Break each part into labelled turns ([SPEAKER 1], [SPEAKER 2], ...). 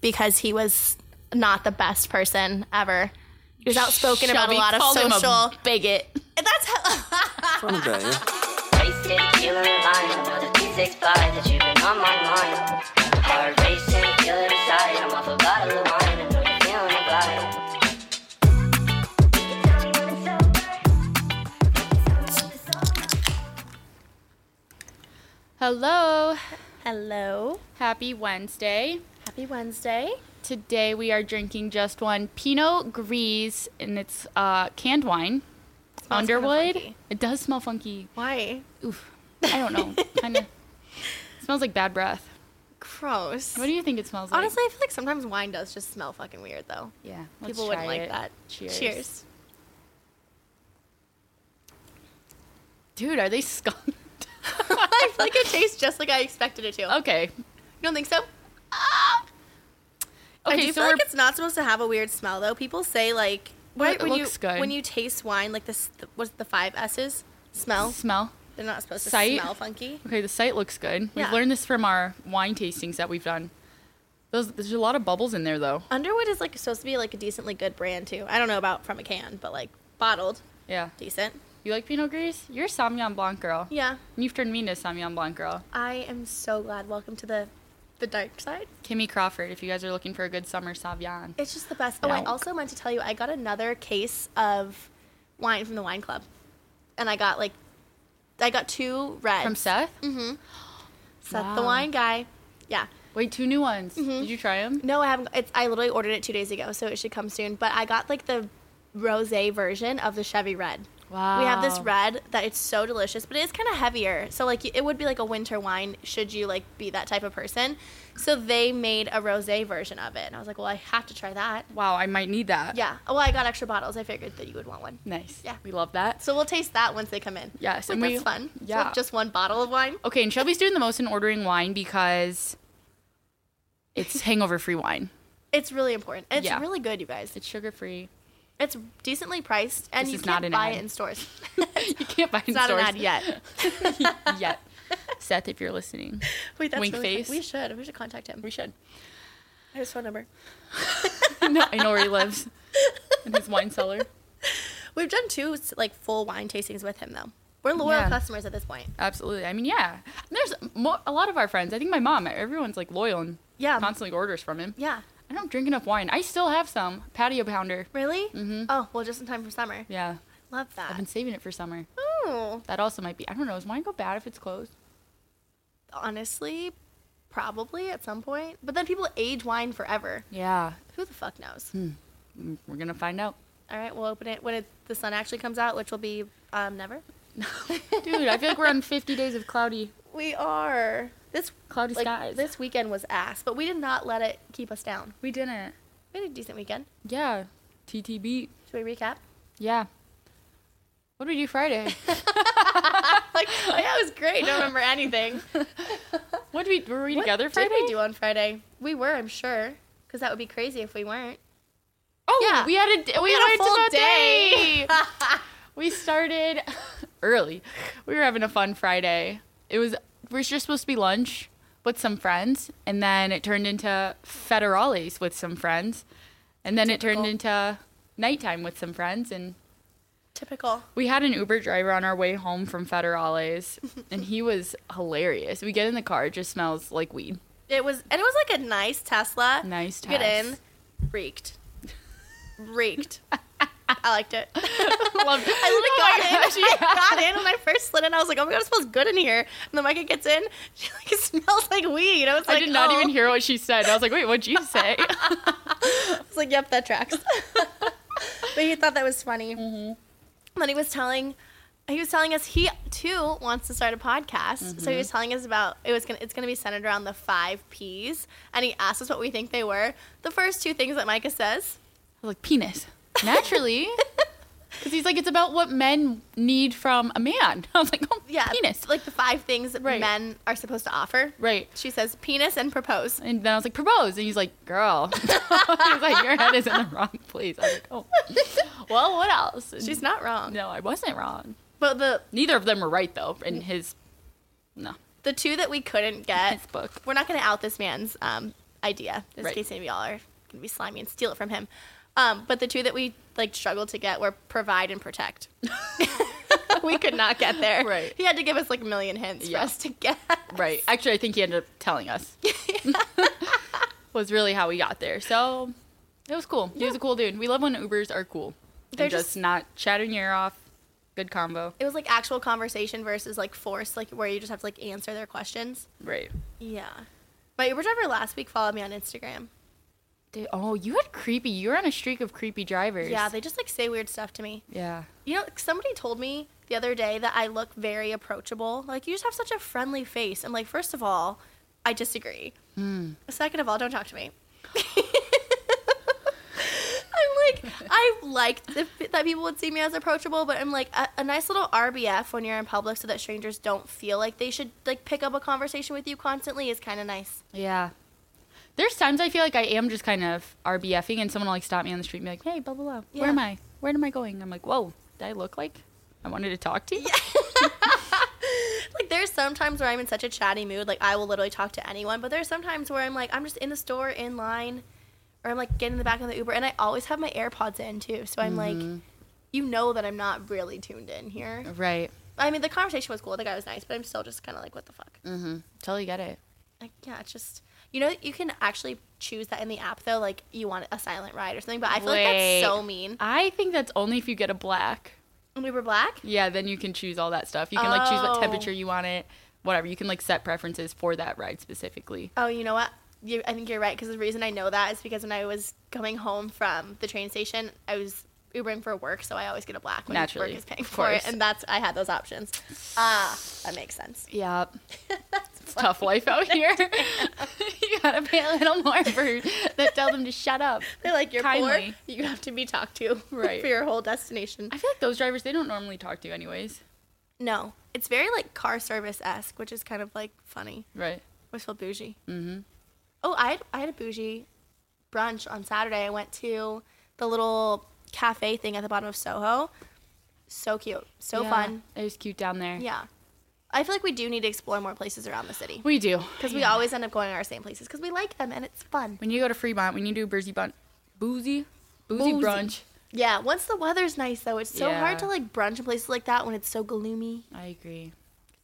[SPEAKER 1] because he was not the best person ever. He was outspoken about a
[SPEAKER 2] Shelby
[SPEAKER 1] lot of
[SPEAKER 2] called him a
[SPEAKER 1] social.
[SPEAKER 2] bigot.
[SPEAKER 1] And that's how.
[SPEAKER 3] Son of a-
[SPEAKER 4] Wasted killer line, I know the T6 fly that you've been on my mind. Heart racing, killer inside, I'm off a bottle of wine, I know you're feeling the vibe.
[SPEAKER 2] Hello.
[SPEAKER 1] Hello.
[SPEAKER 2] Happy Wednesday.
[SPEAKER 1] Happy Wednesday.
[SPEAKER 2] Today we are drinking just one Pinot Gris, and it's uh, canned wine.
[SPEAKER 1] Smells kinda
[SPEAKER 2] Underwood.
[SPEAKER 1] funky.
[SPEAKER 2] it does smell funky.
[SPEAKER 1] Why?
[SPEAKER 2] Oof. I don't know. kind of smells like bad breath.
[SPEAKER 1] Gross.
[SPEAKER 2] What do you think it smells like?
[SPEAKER 1] Honestly, I feel like sometimes wine does just smell fucking weird, though.
[SPEAKER 2] yeah. let's
[SPEAKER 1] People wouldn't
[SPEAKER 2] try
[SPEAKER 1] like
[SPEAKER 2] it.
[SPEAKER 1] that.
[SPEAKER 2] Cheers.
[SPEAKER 1] Cheers.
[SPEAKER 2] Dude, are they skunked?
[SPEAKER 1] I feel like it tastes just like I expected it to.
[SPEAKER 2] okay. Ah!
[SPEAKER 1] You don't think so? I
[SPEAKER 2] Okay,
[SPEAKER 1] do
[SPEAKER 2] so
[SPEAKER 1] feel
[SPEAKER 2] we're
[SPEAKER 1] like it's not supposed to have a weird smell though. People say like
[SPEAKER 2] Well,
[SPEAKER 1] when-
[SPEAKER 2] it
[SPEAKER 1] when
[SPEAKER 2] looks
[SPEAKER 1] you
[SPEAKER 2] good.
[SPEAKER 1] when you taste wine, like this what's the five S's? Smell.
[SPEAKER 2] smell.
[SPEAKER 1] They're not supposed to
[SPEAKER 2] Sight.
[SPEAKER 1] smell funky.
[SPEAKER 2] Okay, the site looks good.
[SPEAKER 1] Yeah.
[SPEAKER 2] We've learned this from our wine tastings that we've done. Those there's a lot of bubbles in there though.
[SPEAKER 1] Underwood is like supposed to be like a decently good brand too. I don't know about from a can, but like bottled,
[SPEAKER 2] Yeah.
[SPEAKER 1] decent.
[SPEAKER 2] You like Pinot Gris? You're a Sauvignon Blanc girl.
[SPEAKER 1] Yeah.
[SPEAKER 2] And You've turned me into a Sauvignon Blanc girl.
[SPEAKER 1] I am so glad. Welcome to the the dark side.
[SPEAKER 2] Kimmy Crawford, if you guys are looking for a good summer Sauvignon.
[SPEAKER 1] It's just the best. Oh, I
[SPEAKER 2] Yonk.
[SPEAKER 1] also meant to tell you I got another case of wine from the wine club. And I got like I got two reds. Mm-hmm.
[SPEAKER 2] From Seth?
[SPEAKER 1] Seth the
[SPEAKER 2] Wow.
[SPEAKER 1] wine guy. Yeah.
[SPEAKER 2] Wait, two new ones.
[SPEAKER 1] Mm-hmm.
[SPEAKER 2] Did you try them?
[SPEAKER 1] No, I haven't. It's, I literally ordered it two days ago, so it should come soon. But I got like the rose version of the Chevy Red. We have this
[SPEAKER 2] Wow.
[SPEAKER 1] red that it's so delicious, but it is kind of heavier. So like it would be like a winter wine should you like be that type of person. So they made a rose version of it, and I was like, well, I have to try that.
[SPEAKER 2] Wow, I might need that.
[SPEAKER 1] Yeah. Well, I got extra bottles. I figured that you would want one.
[SPEAKER 2] Nice.
[SPEAKER 1] Yeah.
[SPEAKER 2] We love that.
[SPEAKER 1] So we'll taste that once they come in.
[SPEAKER 2] Yes,
[SPEAKER 1] Like,
[SPEAKER 2] and we-
[SPEAKER 1] that's fun. So,
[SPEAKER 2] yeah.
[SPEAKER 1] just one bottle of wine.
[SPEAKER 2] Okay, and Shelby's doing the most in ordering wine because it's hangover free wine.
[SPEAKER 1] It's really important. And it's
[SPEAKER 2] Yeah.
[SPEAKER 1] really good, you guys.
[SPEAKER 2] It's sugar free.
[SPEAKER 1] It's decently priced, and
[SPEAKER 2] This
[SPEAKER 1] you
[SPEAKER 2] is not
[SPEAKER 1] can
[SPEAKER 2] an
[SPEAKER 1] buy
[SPEAKER 2] ad.
[SPEAKER 1] it in stores.
[SPEAKER 2] You can't buy it in
[SPEAKER 1] It's not
[SPEAKER 2] stores
[SPEAKER 1] an ad yet.
[SPEAKER 2] yet. Seth, if you're listening,
[SPEAKER 1] Wait,
[SPEAKER 2] Wink
[SPEAKER 1] funny.
[SPEAKER 2] face.
[SPEAKER 1] We should. We should contact him.
[SPEAKER 2] we should.
[SPEAKER 1] His phone number.
[SPEAKER 2] No, I know where he lives in his wine cellar.
[SPEAKER 1] We've done two like full wine tastings with him though. We're loyal
[SPEAKER 2] Yeah.
[SPEAKER 1] customers at this point.
[SPEAKER 2] Absolutely. I mean, yeah. There's mo- a lot of our friends. I think my mom. Everyone's like loyal and
[SPEAKER 1] Yeah.
[SPEAKER 2] constantly orders from him.
[SPEAKER 1] Yeah.
[SPEAKER 2] I don't drink enough wine. I still have some patio pounder.
[SPEAKER 1] Really? Oh well, just in time for summer.
[SPEAKER 2] Yeah,
[SPEAKER 1] Love
[SPEAKER 2] I've
[SPEAKER 1] that.
[SPEAKER 2] been saving it for summer.
[SPEAKER 1] Oh,
[SPEAKER 2] That also might be. I don't know. Does wine go bad if it's closed?
[SPEAKER 1] honestly, probably at some point. But then people age wine forever.
[SPEAKER 2] Yeah,
[SPEAKER 1] Who the fuck knows?
[SPEAKER 2] we're gonna find out.
[SPEAKER 1] All right, we'll open it when it, the sun actually comes out, which will be um, never.
[SPEAKER 2] Dude, I feel like we're on 50 days of cloudy.
[SPEAKER 1] We are this
[SPEAKER 2] Cloudy
[SPEAKER 1] like,
[SPEAKER 2] skies.
[SPEAKER 1] This weekend was ass, but we did not let it keep us down.
[SPEAKER 2] We didn't.
[SPEAKER 1] We had a decent weekend.
[SPEAKER 2] Yeah. TTB.
[SPEAKER 1] Should we recap?
[SPEAKER 2] Yeah. What did we do Friday?
[SPEAKER 1] like, oh yeah, it was great. Don't remember anything.
[SPEAKER 2] what did we were we together
[SPEAKER 1] what
[SPEAKER 2] Friday?
[SPEAKER 1] did we do on Friday? We were, I'm sure, because that would be crazy if we weren't.
[SPEAKER 2] Oh,
[SPEAKER 1] Yeah.
[SPEAKER 2] we had a d- we,
[SPEAKER 1] had
[SPEAKER 2] had,
[SPEAKER 1] a
[SPEAKER 2] a
[SPEAKER 1] full
[SPEAKER 2] full day. we started early. We were having a fun Friday. It was we were just supposed to be lunch with some friends, and then it turned into federales with some friends, and then it turned into nighttime with some friends, and
[SPEAKER 1] Typical.
[SPEAKER 2] we had an Uber driver on our way home from federales, and he was hilarious. We get in the car, it just smells like weed.
[SPEAKER 1] It was, and it was like a nice Tesla.
[SPEAKER 2] Nice
[SPEAKER 1] Get in,
[SPEAKER 2] Tess.
[SPEAKER 1] reeked, reeked. I liked it.
[SPEAKER 2] Loved it.
[SPEAKER 1] I
[SPEAKER 2] Oh my
[SPEAKER 1] literally
[SPEAKER 2] gosh,
[SPEAKER 1] got in. I got in when I first slid in. I was like, "Oh my god, it smells good in here." And the Micah gets in. She like, "It smells like weed." I was like,
[SPEAKER 2] I did not
[SPEAKER 1] "Oh."
[SPEAKER 2] even hear what she said. I was like, wait, what'd you say?
[SPEAKER 1] I was like, "Yep, that tracks." but he thought that was funny. Mm-hmm. And then he was telling, he was telling us he too wants to start a podcast.
[SPEAKER 2] Mm-hmm.
[SPEAKER 1] So he was telling us about it was gonna, it's gonna be centered around the five P's, and he asked us what we think they were. The first two things that Micah says.
[SPEAKER 2] I was like, penis. Naturally. Because he's like, it's about what men need from a man. I was like, oh,
[SPEAKER 1] Yeah,
[SPEAKER 2] penis.
[SPEAKER 1] Like the five things that
[SPEAKER 2] Right.
[SPEAKER 1] men are supposed to offer.
[SPEAKER 2] right.
[SPEAKER 1] She says penis and propose.
[SPEAKER 2] And then I was like, propose. And he's like, girl. he's like, your head is in the wrong place. I was like, oh. Well, what else? And
[SPEAKER 1] She's not wrong.
[SPEAKER 2] no, I wasn't wrong.
[SPEAKER 1] But the
[SPEAKER 2] Neither of them were right, though, in his, no,
[SPEAKER 1] the two that we couldn't get
[SPEAKER 2] his book.
[SPEAKER 1] we're not going to out this man's um, idea. Just
[SPEAKER 2] Right.
[SPEAKER 1] in case any of y'all are gonna be slimy and steal it from him. Um, but the two that we like struggled to get were provide and protect. we could not get there.
[SPEAKER 2] Right.
[SPEAKER 1] He had to give us like a million hints
[SPEAKER 2] Yeah.
[SPEAKER 1] for us to get.
[SPEAKER 2] Right. Actually, I think he ended up telling us. was really how we got there. So it was cool. He was a cool dude. We love when Ubers are cool. They're
[SPEAKER 1] They're
[SPEAKER 2] just,
[SPEAKER 1] just-
[SPEAKER 2] not chatting your ear off. Good combo.
[SPEAKER 1] It was like actual conversation versus like forced, like where you just have to like answer their questions.
[SPEAKER 2] Right.
[SPEAKER 1] Yeah. My Uber driver last week followed me on Instagram.
[SPEAKER 2] Dude, oh, you had creepy. You were on a streak of creepy drivers.
[SPEAKER 1] Yeah, they just like say weird stuff to me.
[SPEAKER 2] yeah.
[SPEAKER 1] You know, somebody told me the other day that I look very approachable. Like, you just have such a friendly face. I'm like, first of all, I disagree. Second of all, don't talk to me. I'm like, I like the, that people would see me as approachable, but I'm like a, a nice little RBF when you're in public, so that strangers don't feel like they should like pick up a conversation with you constantly is kind of nice.
[SPEAKER 2] Yeah. There's times I feel like I am just kind of RBFing and someone will like stop me on the street and be like, hey, blah, blah, blah.
[SPEAKER 1] Yeah.
[SPEAKER 2] Where am I? Where am I going? I'm like, whoa, did I look like I wanted to talk to you?
[SPEAKER 1] Like there's sometimes where I'm in such a chatty mood, like I will literally talk to anyone, but there's sometimes where I'm like I'm just in the store in line or I'm like getting in the back of the Uber and I always have my AirPods in too. So I'm like you know that I'm not really tuned in here.
[SPEAKER 2] Right.
[SPEAKER 1] I mean, the conversation was cool. The guy was nice, but I'm still just kind of like, what the fuck?
[SPEAKER 2] Totally get it.
[SPEAKER 1] Like, yeah, it's just you know you can actually choose that in the app though. Like you want a silent ride or something, but I feel like
[SPEAKER 2] Wait.
[SPEAKER 1] that's so mean.
[SPEAKER 2] I think that's only if you get a black.
[SPEAKER 1] And we were black.
[SPEAKER 2] Yeah, then you can choose all that stuff. You can like choose what
[SPEAKER 1] Oh.
[SPEAKER 2] temperature you want it, whatever. You can like set preferences for that ride specifically.
[SPEAKER 1] Oh, you know what? You, I think you're right because the reason I know that is because when I was coming home from the train station, I was Ubering for work, so I always get a black when
[SPEAKER 2] Naturally,
[SPEAKER 1] work is paying
[SPEAKER 2] of
[SPEAKER 1] for it,
[SPEAKER 2] course.
[SPEAKER 1] and that's I had those options. Ah, that makes sense.
[SPEAKER 2] Yeah. it's a tough life out here. you gotta pay a little more for that tell them to shut up.
[SPEAKER 1] They're like you're
[SPEAKER 2] Kindly.
[SPEAKER 1] poor, you have to be talked to
[SPEAKER 2] Right.
[SPEAKER 1] for your whole destination.
[SPEAKER 2] I feel like those drivers they don't normally talk to you anyways.
[SPEAKER 1] No, it's very like car service esque, which is kind of like funny.
[SPEAKER 2] Right.
[SPEAKER 1] Always feel bougie. Mm-hmm. Oh, I had, I had a bougie brunch on Saturday. I went to the little cafe thing at the bottom of Soho. So cute, so
[SPEAKER 2] Yeah,
[SPEAKER 1] fun.
[SPEAKER 2] It was cute down there.
[SPEAKER 1] Yeah. I feel like we do need to explore more places around the city
[SPEAKER 2] We do.
[SPEAKER 1] because we always end up going to our same places because we like them and it's fun.
[SPEAKER 2] When you go to Fremont, when you do Boozy Bun Boozy Boozy
[SPEAKER 1] Boozy.
[SPEAKER 2] brunch.
[SPEAKER 1] Yeah, once the weather's nice though, it's so
[SPEAKER 2] Yeah.
[SPEAKER 1] hard to like brunch in places like that when it's so gloomy.
[SPEAKER 2] I agree.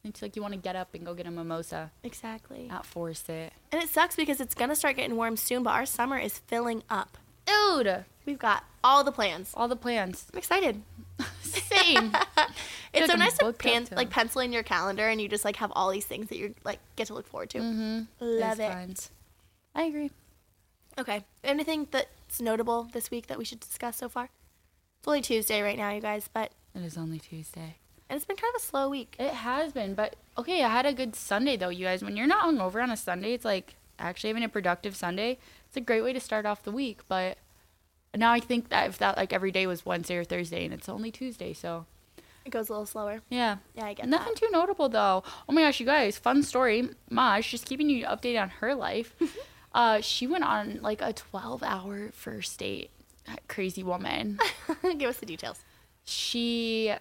[SPEAKER 2] It's like you want to get up and go get a mimosa,
[SPEAKER 1] Exactly.
[SPEAKER 2] not force it.
[SPEAKER 1] And it sucks because it's gonna start getting warm soon, but our summer is filling up.
[SPEAKER 2] Dude,
[SPEAKER 1] We've got all the plans.
[SPEAKER 2] all the plans.
[SPEAKER 1] I'm excited.
[SPEAKER 2] Same.
[SPEAKER 1] It's
[SPEAKER 2] Like
[SPEAKER 1] so
[SPEAKER 2] I'm
[SPEAKER 1] nice to
[SPEAKER 2] booked up
[SPEAKER 1] pan-
[SPEAKER 2] till-
[SPEAKER 1] like pencil in your calendar and you just like have all these things that you like get to look forward to.
[SPEAKER 2] Mm-hmm.
[SPEAKER 1] Love it.
[SPEAKER 2] I agree.
[SPEAKER 1] Okay. Anything that's notable this week that we should discuss so far? It's only Tuesday right now, you guys, but
[SPEAKER 2] It is only Tuesday.
[SPEAKER 1] and it's been kind of a slow week.
[SPEAKER 2] It has been, but okay, I had a good Sunday though, you guys. When you're not hungover on a Sunday, it's like actually having a productive Sunday. It's a great way to start off the week, but now I think that if that like every day was Wednesday or Thursday and it's only Tuesday, so
[SPEAKER 1] It goes a little slower.
[SPEAKER 2] yeah.
[SPEAKER 1] Yeah, I get
[SPEAKER 2] Nothing too notable though. Oh my gosh, you guys, fun story. Maj, just keeping you updated on her life. uh, she went on like a 12 hour first date. That crazy woman.
[SPEAKER 1] that. Give us the details.
[SPEAKER 2] she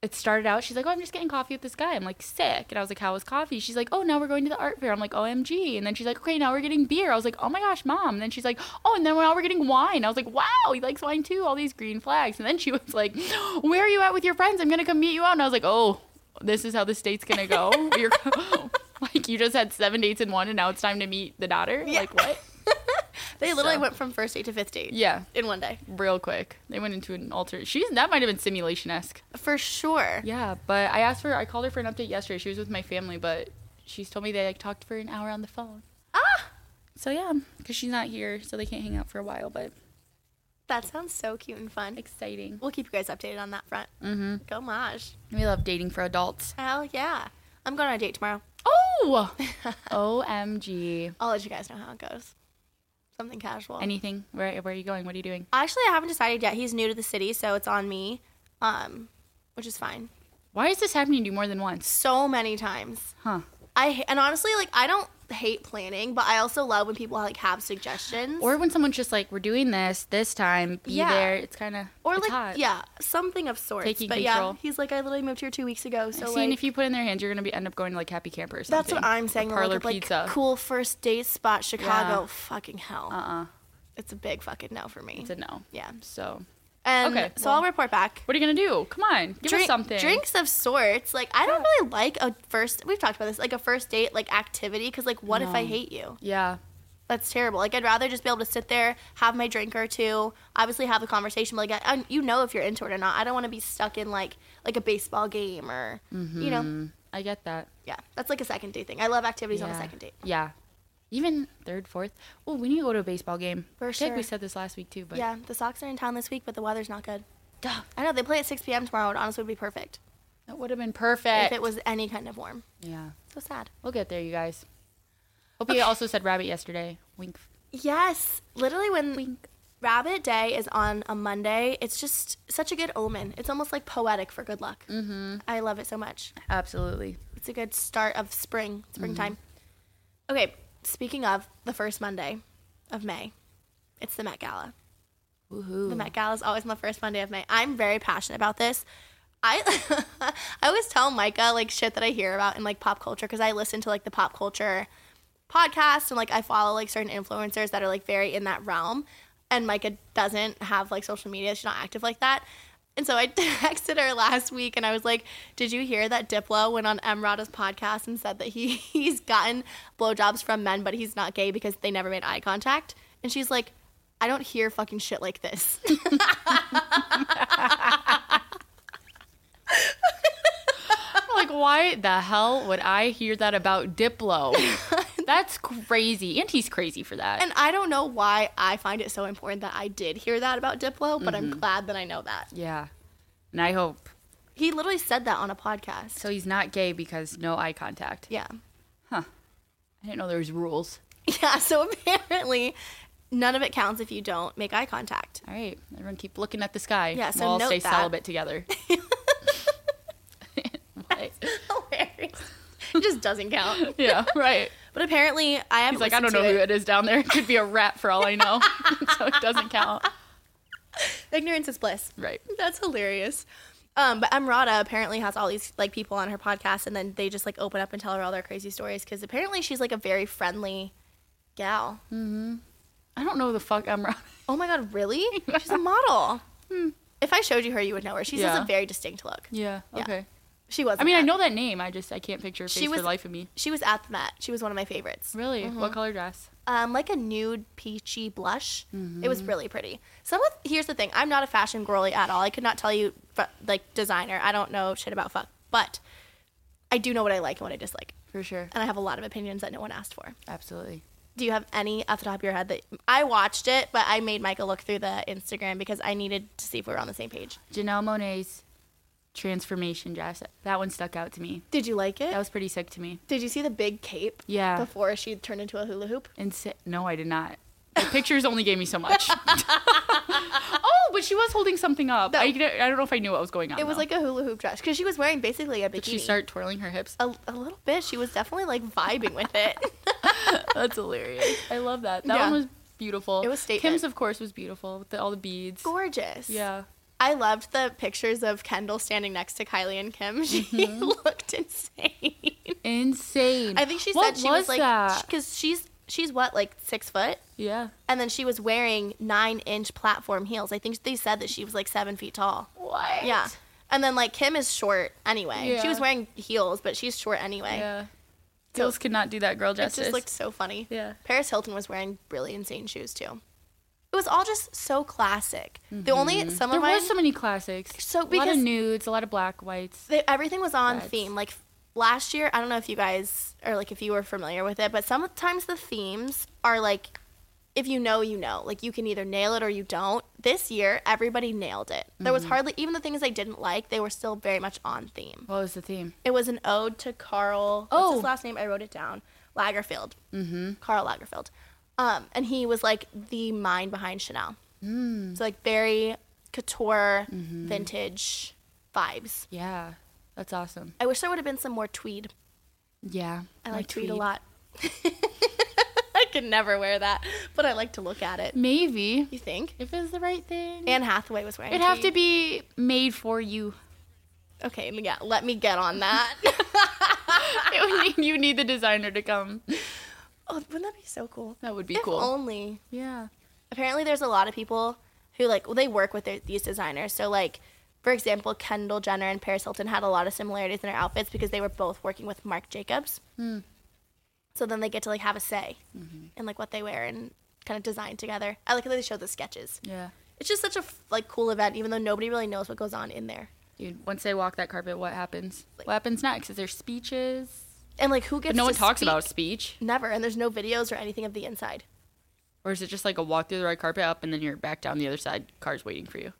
[SPEAKER 2] it started out she's like oh i'm just getting coffee with this guy i'm like sick and i was like how was coffee she's like oh now we're going to the art fair i'm like omg and then she's like okay now we're getting beer i was like oh my gosh mom and then she's like oh and then now we're getting wine i was like wow he likes wine too all these green flags and then she was like where are you at with your friends i'm gonna come meet you out and i was like oh this is how this date's gonna go You're, like you just had seven dates in one and now it's time to meet the daughter like what
[SPEAKER 1] They literally
[SPEAKER 2] So-
[SPEAKER 1] went from first date to fifth date.
[SPEAKER 2] yeah
[SPEAKER 1] In one day.
[SPEAKER 2] real quick they went into an alter she's that might have been simulation-esque
[SPEAKER 1] For sure.
[SPEAKER 2] Yeah, but I asked for I called her for an update yesterday. She was with my family, but she's told me they like talked for an hour on the phone.
[SPEAKER 1] Ah!
[SPEAKER 2] So yeah, because she's not here, so they can't hang out for a while. But
[SPEAKER 1] That sounds so cute and fun.
[SPEAKER 2] exciting.
[SPEAKER 1] We'll keep you guys updated on that front. Mm-hmm. Go Maj.
[SPEAKER 2] We love dating for adults.
[SPEAKER 1] Hell yeah. I'm going on a date tomorrow.
[SPEAKER 2] Oh, OMG!
[SPEAKER 1] I'll let you guys know how it goes. Something casual.
[SPEAKER 2] Anything? Where Where are you going? What are you doing?
[SPEAKER 1] Actually, I haven't decided yet. He's new to the city, so it's on me, um, which is fine.
[SPEAKER 2] Why is this happening to you more than once?
[SPEAKER 1] So many times.
[SPEAKER 2] Huh?
[SPEAKER 1] I ha- and honestly, like I don't hate planning, but I also love when people like have suggestions
[SPEAKER 2] Or when someone's just like, we're doing this this time, be
[SPEAKER 1] Yeah.
[SPEAKER 2] there. It's kind of
[SPEAKER 1] Or
[SPEAKER 2] it's
[SPEAKER 1] like
[SPEAKER 2] hot.
[SPEAKER 1] yeah, something of sorts.
[SPEAKER 2] Taking
[SPEAKER 1] but
[SPEAKER 2] control.
[SPEAKER 1] yeah, he's like I literally moved here two weeks ago, so
[SPEAKER 2] Seeing
[SPEAKER 1] like
[SPEAKER 2] if you put in their hands, you're gonna be end up going to like Happy Camper or something.
[SPEAKER 1] that's what I'm saying. the
[SPEAKER 2] Or Parlor
[SPEAKER 1] look of, like
[SPEAKER 2] Pizza.
[SPEAKER 1] cool first date spot, Chicago.
[SPEAKER 2] Yeah.
[SPEAKER 1] Fucking hell,
[SPEAKER 2] Uh uh
[SPEAKER 1] it's a big fucking no for me.
[SPEAKER 2] It's a no.
[SPEAKER 1] yeah,
[SPEAKER 2] So
[SPEAKER 1] and
[SPEAKER 2] Okay,
[SPEAKER 1] so I'll
[SPEAKER 2] well,
[SPEAKER 1] report back.
[SPEAKER 2] what are you gonna do? Come on, give us something.
[SPEAKER 1] Drinks of sorts. Like I don't really like a first. We've talked about this, like a first date like activity, because like what if I
[SPEAKER 2] No.
[SPEAKER 1] hate you?
[SPEAKER 2] Yeah.
[SPEAKER 1] That's terrible. Like I'd rather just be able to sit there, have my drink or two, obviously have a conversation. But like I, I- you know if you're into it or not. I don't want to be stuck in like like a baseball game or you know
[SPEAKER 2] Mm, I get that.
[SPEAKER 1] yeah. That's like a second date thing. I love activities on a second date.
[SPEAKER 2] Yeah. Even third, fourth. Oh, we need to go to a baseball game.
[SPEAKER 1] For
[SPEAKER 2] I think we
[SPEAKER 1] sure.
[SPEAKER 2] said this last week too, but
[SPEAKER 1] Yeah, the Sox are in town this week, but the weather's not good.
[SPEAKER 2] Duh,
[SPEAKER 1] I know they play at 6 p.m. tomorrow. It honestly would be perfect
[SPEAKER 2] that would have been perfect.
[SPEAKER 1] if it was any kind of warm.
[SPEAKER 2] yeah.
[SPEAKER 1] So sad.
[SPEAKER 2] We'll get there, you guys. Hope you also said rabbit yesterday. Wink.
[SPEAKER 1] Yes, literally when
[SPEAKER 2] Wink.
[SPEAKER 1] Rabbit Day is on a Monday, it's just such a good omen. It's almost like poetic for good luck. Mm-hmm. I love it so much.
[SPEAKER 2] Absolutely.
[SPEAKER 1] It's a good start of spring, springtime. Okay, speaking of the first Monday of May, it's the Met Gala.
[SPEAKER 2] Woohoo.
[SPEAKER 1] The Met Gala is always on the first Monday of May. I'm very passionate about this. I I always tell Micah like shit that I hear about in like pop culture because I listen to like the pop culture podcast and like I follow like certain influencers that are like very in that realm. And Micah doesn't have like social media; she's not active like that. And so I texted her last week, and I was like, "Did you hear that Diplo went on Emrata's podcast and said that he he's gotten blowjobs from men, but he's not gay because they never made eye contact?" And she's like, "I don't hear fucking shit like this."
[SPEAKER 2] like, why the hell would I hear that about Diplo? That's crazy. And he's crazy for that.
[SPEAKER 1] And I don't know why I find it so important that I did hear that about Diplo, but
[SPEAKER 2] Mm-hmm.
[SPEAKER 1] I'm glad that I know that.
[SPEAKER 2] yeah. And I hope.
[SPEAKER 1] He literally said that on a podcast.
[SPEAKER 2] So he's not gay because no eye contact.
[SPEAKER 1] Yeah.
[SPEAKER 2] I didn't know there was rules.
[SPEAKER 1] Yeah, so apparently none of it counts if you don't make eye contact.
[SPEAKER 2] All right. Everyone keep looking at the sky.
[SPEAKER 1] Yeah, so
[SPEAKER 2] we'll all
[SPEAKER 1] note
[SPEAKER 2] stay
[SPEAKER 1] that.
[SPEAKER 2] celibate together. What?
[SPEAKER 1] Hilarious. It just doesn't count.
[SPEAKER 2] yeah, right.
[SPEAKER 1] But apparently I haven't
[SPEAKER 2] He's like, I don't
[SPEAKER 1] listened
[SPEAKER 2] know
[SPEAKER 1] to
[SPEAKER 2] who it is down there. It could be a rat for all I know. so it doesn't count.
[SPEAKER 1] Ignorance is bliss.
[SPEAKER 2] Right.
[SPEAKER 1] That's hilarious. Um, but Emrata apparently has all these like people on her podcast, and then they just like open up and tell her all their crazy stories because apparently she's like a very friendly gal.
[SPEAKER 2] I don't know the fuck I'm wrong.
[SPEAKER 1] Oh my god, really? She's a model. If I showed you her, you would know her. She just has
[SPEAKER 2] Hmm. Yeah.
[SPEAKER 1] a very distinct look.
[SPEAKER 2] Yeah.
[SPEAKER 1] Yeah.
[SPEAKER 2] Okay.
[SPEAKER 1] She was.
[SPEAKER 2] I mean, I know that name. I just I can't picture her face
[SPEAKER 1] She
[SPEAKER 2] for
[SPEAKER 1] was- Mm-hmm.
[SPEAKER 2] the life of me.
[SPEAKER 1] she was at the Met. She was one of my favorites.
[SPEAKER 2] Really? What color dress?
[SPEAKER 1] Um, like a nude peachy blush. It
[SPEAKER 2] Mm-hmm.
[SPEAKER 1] was really pretty. Some of here's the thing. I'm not a fashion girly at all. I could not tell you fu- like designer. I don't know shit about fuck, but I do know what I like and what I dislike,
[SPEAKER 2] For sure.
[SPEAKER 1] and I have a lot of opinions that no one asked for.
[SPEAKER 2] Absolutely.
[SPEAKER 1] Do you have any off the top of your head that I watched it, but I made Michael look through the Instagram because I needed to see if we were on the same page.
[SPEAKER 2] Janelle Monet's transformation dress. That one stuck out to me.
[SPEAKER 1] Did you like it?
[SPEAKER 2] That was pretty sick to me.
[SPEAKER 1] Did you see the big cape?
[SPEAKER 2] Yeah.
[SPEAKER 1] Before she turned into a hula hoop.
[SPEAKER 2] And si- no, I did not. The pictures only gave me so much. oh, but she was holding something up. I, I don't know if I knew what was going on.
[SPEAKER 1] It was
[SPEAKER 2] though.
[SPEAKER 1] like a hula hoop dress because she was wearing basically a bikini.
[SPEAKER 2] Did she start twirling her hips?
[SPEAKER 1] a, a little bit. She was definitely like vibing with it.
[SPEAKER 2] That's hilarious. I love that. That
[SPEAKER 1] Yeah.
[SPEAKER 2] one was beautiful.
[SPEAKER 1] It was statement.
[SPEAKER 2] Kim's, of course, was beautiful with the, all the beads.
[SPEAKER 1] Gorgeous.
[SPEAKER 2] Yeah.
[SPEAKER 1] I loved the pictures of Kendall standing next to Kylie and Kim. She
[SPEAKER 2] Mm-hmm.
[SPEAKER 1] looked insane.
[SPEAKER 2] Insane.
[SPEAKER 1] I think she
[SPEAKER 2] What
[SPEAKER 1] said she was, like
[SPEAKER 2] that?
[SPEAKER 1] because she's she's what like six foot,
[SPEAKER 2] yeah.
[SPEAKER 1] and then she was wearing nine inch platform heels. I think they said that she was like seven feet tall.
[SPEAKER 2] What?
[SPEAKER 1] Yeah. And then like Kim is short anyway.
[SPEAKER 2] Yeah.
[SPEAKER 1] She was wearing heels, but she's short anyway.
[SPEAKER 2] Yeah.
[SPEAKER 1] So-
[SPEAKER 2] Girls could not do that girl
[SPEAKER 1] It
[SPEAKER 2] justice.
[SPEAKER 1] just looked so funny.
[SPEAKER 2] Yeah.
[SPEAKER 1] Paris Hilton was wearing really insane shoes too. It was all just so classic. The only some
[SPEAKER 2] Mm-hmm. there
[SPEAKER 1] of mine,
[SPEAKER 2] was so many classics.
[SPEAKER 1] So,
[SPEAKER 2] a lot of
[SPEAKER 1] because-
[SPEAKER 2] nudes, a lot of black whites.
[SPEAKER 1] they- everything was on
[SPEAKER 2] That's-
[SPEAKER 1] theme. Like last year, I don't know if you guys or like if you were familiar with it, but sometimes the themes are like, if you know, you know. Like you can either nail it or you don't. This year, everybody nailed it. There
[SPEAKER 2] Mm-hmm.
[SPEAKER 1] was hardly even the things I didn't like. They were still very much on theme.
[SPEAKER 2] What was the theme?
[SPEAKER 1] It was an ode to Carl. What's
[SPEAKER 2] Oh.
[SPEAKER 1] his last name? I wrote it down. Lagerfeld. Mm-hmm. Carl Lagerfeld. Um, and he was like the mind behind Chanel. Mm. So like very couture,
[SPEAKER 2] Mm-hmm.
[SPEAKER 1] vintage vibes.
[SPEAKER 2] Yeah. That's awesome.
[SPEAKER 1] I wish there would have been some more tweed.
[SPEAKER 2] Yeah.
[SPEAKER 1] I like to eat a
[SPEAKER 2] tweed.
[SPEAKER 1] lot. I could never wear that, but I like to look at it.
[SPEAKER 2] Maybe.
[SPEAKER 1] You think?
[SPEAKER 2] If it's the right thing.
[SPEAKER 1] Anne Hathaway was wearing.
[SPEAKER 2] It'd have to
[SPEAKER 1] tweed.
[SPEAKER 2] be made for you.
[SPEAKER 1] Okay, yeah. Let me get on that.
[SPEAKER 2] It would need- you need the designer to come.
[SPEAKER 1] oh, wouldn't that be so cool?
[SPEAKER 2] That would be
[SPEAKER 1] If
[SPEAKER 2] cool.
[SPEAKER 1] only.
[SPEAKER 2] yeah.
[SPEAKER 1] Apparently, there's a lot of people who like. Well, they work with their, these designers. So like, for example, Kendall Jenner and Paris Hilton had a lot of similarities in their outfits because they were both working with Marc Jacobs.
[SPEAKER 2] Hmm.
[SPEAKER 1] So then they get to like have a say
[SPEAKER 2] Mm-hmm.
[SPEAKER 1] in like what they wear and kind of design together. I like how they show the sketches.
[SPEAKER 2] Yeah.
[SPEAKER 1] It's just such a f- like cool event, even though nobody really knows what goes on in there.
[SPEAKER 2] Dude, once they walk that carpet, what happens? what happens next? Is there speeches?
[SPEAKER 1] And like, who gets?
[SPEAKER 2] But no
[SPEAKER 1] to
[SPEAKER 2] one talks
[SPEAKER 1] speak?
[SPEAKER 2] about speech.
[SPEAKER 1] Never, and there's no videos or anything of the inside.
[SPEAKER 2] Or is it just like a walk through the red carpet up and then you're back down the other side, cars waiting for you?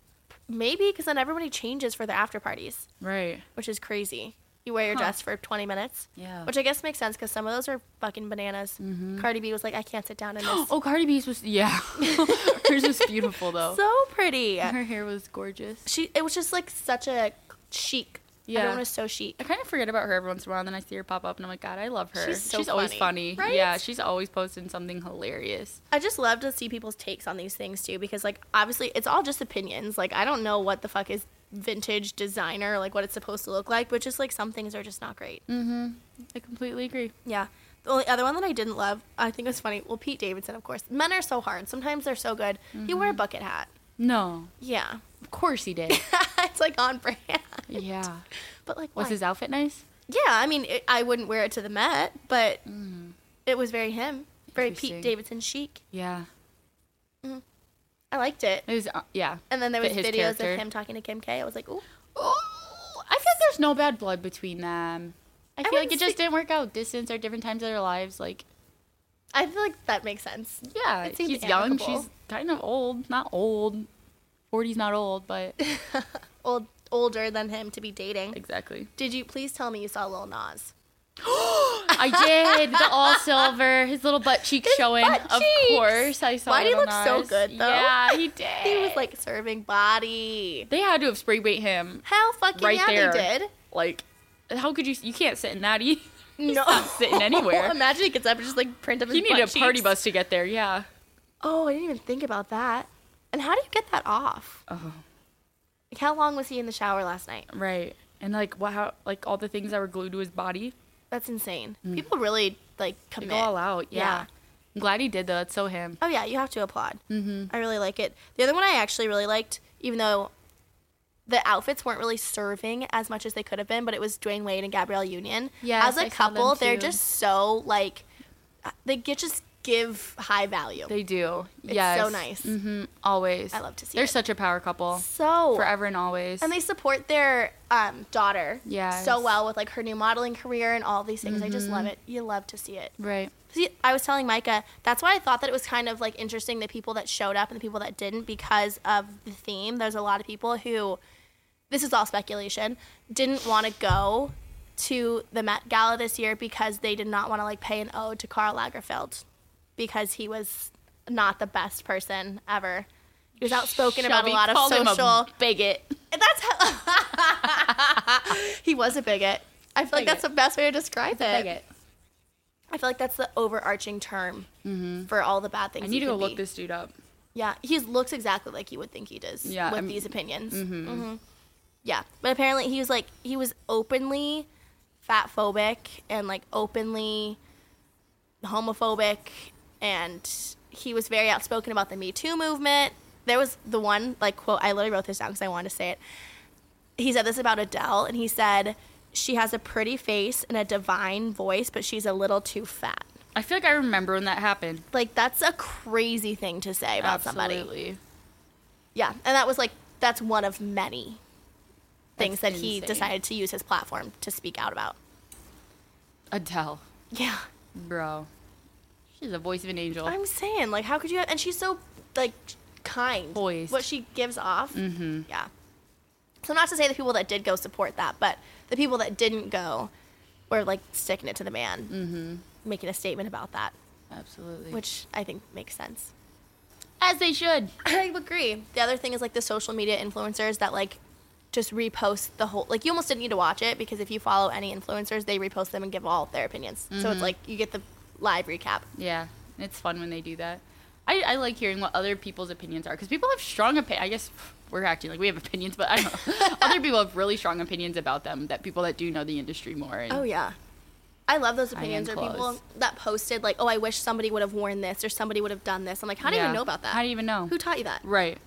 [SPEAKER 1] Maybe because then everybody changes for their after parties,
[SPEAKER 2] Right.
[SPEAKER 1] which is crazy. You wear your dress for 20 minutes,
[SPEAKER 2] Yeah. Mm-hmm.
[SPEAKER 1] which I guess makes sense because some of those are fucking bananas. Cardi B was like, I can't sit down in this.
[SPEAKER 2] Oh, Cardi B's was yeah. Hers was beautiful though.
[SPEAKER 1] so pretty.
[SPEAKER 2] Her hair was gorgeous.
[SPEAKER 1] She, it was just like such a chic.
[SPEAKER 2] Yeah.
[SPEAKER 1] everyone was so chic.
[SPEAKER 2] I kind of forget about her every once in a while, and then I see her pop up, and I'm like, God, I love her.
[SPEAKER 1] She's so
[SPEAKER 2] always
[SPEAKER 1] funny,
[SPEAKER 2] funny.
[SPEAKER 1] right?
[SPEAKER 2] Yeah, she's always posting something hilarious.
[SPEAKER 1] I just love to see people's takes on these things too, because like obviously it's all just opinions. Like I don't know what the fuck is vintage designer, like what it's supposed to look like, but just like some things are just not great.
[SPEAKER 2] Mm. Mm-hmm. I completely agree.
[SPEAKER 1] Yeah. The only other one that I didn't love, I think it was funny. Well, Pete Davidson, of course. Men are so hard. Sometimes they're so good. He wore a
[SPEAKER 2] Mm-hmm.
[SPEAKER 1] bucket hat.
[SPEAKER 2] No,
[SPEAKER 1] Yeah.
[SPEAKER 2] of course he did.
[SPEAKER 1] it's like on brand.
[SPEAKER 2] yeah.
[SPEAKER 1] But like,
[SPEAKER 2] Was
[SPEAKER 1] why?
[SPEAKER 2] his outfit nice?
[SPEAKER 1] Yeah, I mean, it, I wouldn't wear it to the Met, but it was very him. Very Pete
[SPEAKER 2] Mm. Interesting.
[SPEAKER 1] Davidson chic.
[SPEAKER 2] Yeah.
[SPEAKER 1] I liked it.
[SPEAKER 2] It was. Uh, yeah.
[SPEAKER 1] And then there was
[SPEAKER 2] Fit his
[SPEAKER 1] videos
[SPEAKER 2] character.
[SPEAKER 1] of him talking to Kim K. I was like, ooh.
[SPEAKER 2] Oh, I feel like there's no bad blood between them. I feel like
[SPEAKER 1] wouldn't
[SPEAKER 2] it just
[SPEAKER 1] say-
[SPEAKER 2] didn't work out. Distance or different times of their lives. Like,
[SPEAKER 1] I feel like that makes sense.
[SPEAKER 2] yeah,
[SPEAKER 1] It seems
[SPEAKER 2] he's young.
[SPEAKER 1] amicable.
[SPEAKER 2] She's kind of old. Not old. 40's not old, but
[SPEAKER 1] Old, older than him to be dating.
[SPEAKER 2] exactly.
[SPEAKER 1] Did you please tell me you saw Lil Nas?
[SPEAKER 2] I did the all silver, his little butt cheek showing.
[SPEAKER 1] butt
[SPEAKER 2] of
[SPEAKER 1] cheeks.
[SPEAKER 2] course, I saw.
[SPEAKER 1] Why'd he
[SPEAKER 2] it on
[SPEAKER 1] look so
[SPEAKER 2] ours.
[SPEAKER 1] good, though?
[SPEAKER 2] Yeah, he did.
[SPEAKER 1] He was like serving body.
[SPEAKER 2] they had to have spray bait him.
[SPEAKER 1] Hell fucking
[SPEAKER 2] Right
[SPEAKER 1] yeah,
[SPEAKER 2] there.
[SPEAKER 1] they did.
[SPEAKER 2] Like, how could you? You can't sit in that. He,
[SPEAKER 1] No,
[SPEAKER 2] sitting anywhere.
[SPEAKER 1] Imagine he gets up and just like print up his.
[SPEAKER 2] he needed a
[SPEAKER 1] butt
[SPEAKER 2] party
[SPEAKER 1] cheeks.
[SPEAKER 2] bus to get there. Yeah.
[SPEAKER 1] Oh, I didn't even think about that. And how do you get that off?
[SPEAKER 2] Oh,
[SPEAKER 1] Like, how long was he in the shower last night?
[SPEAKER 2] right. And like, what? How? Like all the things that were glued to his body.
[SPEAKER 1] That's insane. People really like
[SPEAKER 2] They
[SPEAKER 1] commit.
[SPEAKER 2] Hmm. go all out. Yeah.
[SPEAKER 1] Yeah.
[SPEAKER 2] I'm glad he did though. That's so him.
[SPEAKER 1] Oh yeah, you have to applaud. Mm-hmm. I really like it. The other one I actually really liked, even though the outfits weren't really serving as much as they could have been, but it was Dwayne Wade and Gabrielle Union.
[SPEAKER 2] Yes,
[SPEAKER 1] as a
[SPEAKER 2] I saw them
[SPEAKER 1] couple, they're
[SPEAKER 2] too.
[SPEAKER 1] just so like uh, they get just give high value.
[SPEAKER 2] They do.
[SPEAKER 1] it's
[SPEAKER 2] yes.
[SPEAKER 1] so nice.
[SPEAKER 2] Mm, Always.
[SPEAKER 1] I love to see
[SPEAKER 2] They're
[SPEAKER 1] it.
[SPEAKER 2] such a power couple.
[SPEAKER 1] So
[SPEAKER 2] Forever and always.
[SPEAKER 1] and they support their um, daughter
[SPEAKER 2] Yes.
[SPEAKER 1] so well with like her new modeling career and all these things. I just love it. You love to see it.
[SPEAKER 2] right.
[SPEAKER 1] See, I was telling Micah that's why I thought that it was kind of like interesting the people that showed up and the people that didn't because of the theme. There's a lot of people who, this is all speculation, didn't want to go to the Met Gala this year because they did not want to like pay an ode to Karl Lagerfeld because he was not the best person ever. He was outspoken about a
[SPEAKER 2] Shelby
[SPEAKER 1] lot of
[SPEAKER 2] called him a
[SPEAKER 1] social.
[SPEAKER 2] bigot.
[SPEAKER 1] And That's how he was a bigot. I feel like that's the best way to describe it. I feel like that's the overarching term for all the bad things.
[SPEAKER 2] Mm-hmm. I need
[SPEAKER 1] he
[SPEAKER 2] to go
[SPEAKER 1] could
[SPEAKER 2] look
[SPEAKER 1] be.
[SPEAKER 2] this dude up.
[SPEAKER 1] Yeah, he looks exactly like you would think he does.
[SPEAKER 2] Yeah,
[SPEAKER 1] with
[SPEAKER 2] I'm-
[SPEAKER 1] these opinions. Mm-hmm. Yeah, but apparently he was like he was openly fat phobic and like openly homophobic, and he was very outspoken about the Me Too movement. There was the one like quote I literally wrote this down because I wanted to say it. He said this about Adele, and he said she has a pretty face and a divine voice, but she's a little too fat.
[SPEAKER 2] I feel like I remember when that happened.
[SPEAKER 1] Like that's a crazy thing to say about somebody.
[SPEAKER 2] Absolutely.
[SPEAKER 1] Yeah, and that was like that's one of many things
[SPEAKER 2] That's
[SPEAKER 1] that he
[SPEAKER 2] insane.
[SPEAKER 1] decided to use his platform to speak out about.
[SPEAKER 2] Adele,
[SPEAKER 1] Yeah,
[SPEAKER 2] bro. She's the voice of an angel.
[SPEAKER 1] I'm saying like how could you? And she's so like kind.
[SPEAKER 2] Poised.
[SPEAKER 1] What she gives off. Mm-hmm. Yeah. So not to say the people that did go support that, but the people that didn't go were like sticking it to the man, mm-hmm. making a statement about that,
[SPEAKER 2] Absolutely.
[SPEAKER 1] which
[SPEAKER 2] Which,
[SPEAKER 1] I think makes sense.
[SPEAKER 2] as they should.
[SPEAKER 1] I agree. The other thing is like the social media influencers that like just repost the whole like you almost didn't need to watch it because if you follow any influencers they repost them and give all their opinions so
[SPEAKER 2] Mm-hmm.
[SPEAKER 1] it's like you get the live recap
[SPEAKER 2] Yeah, it's fun when they do that. I, I like hearing what other people's opinions are because people have strong opinions. I guess we're acting like we have opinions, but I don't know. other people have really strong opinions about them that people that do know the industry more. And
[SPEAKER 1] oh yeah i love those
[SPEAKER 2] am
[SPEAKER 1] opinions or
[SPEAKER 2] close.
[SPEAKER 1] people that posted like oh i wish somebody would have worn this or somebody would have done this i'm like how do you
[SPEAKER 2] Yeah.
[SPEAKER 1] even know about that
[SPEAKER 2] How do you even know?
[SPEAKER 1] who taught you that
[SPEAKER 2] right.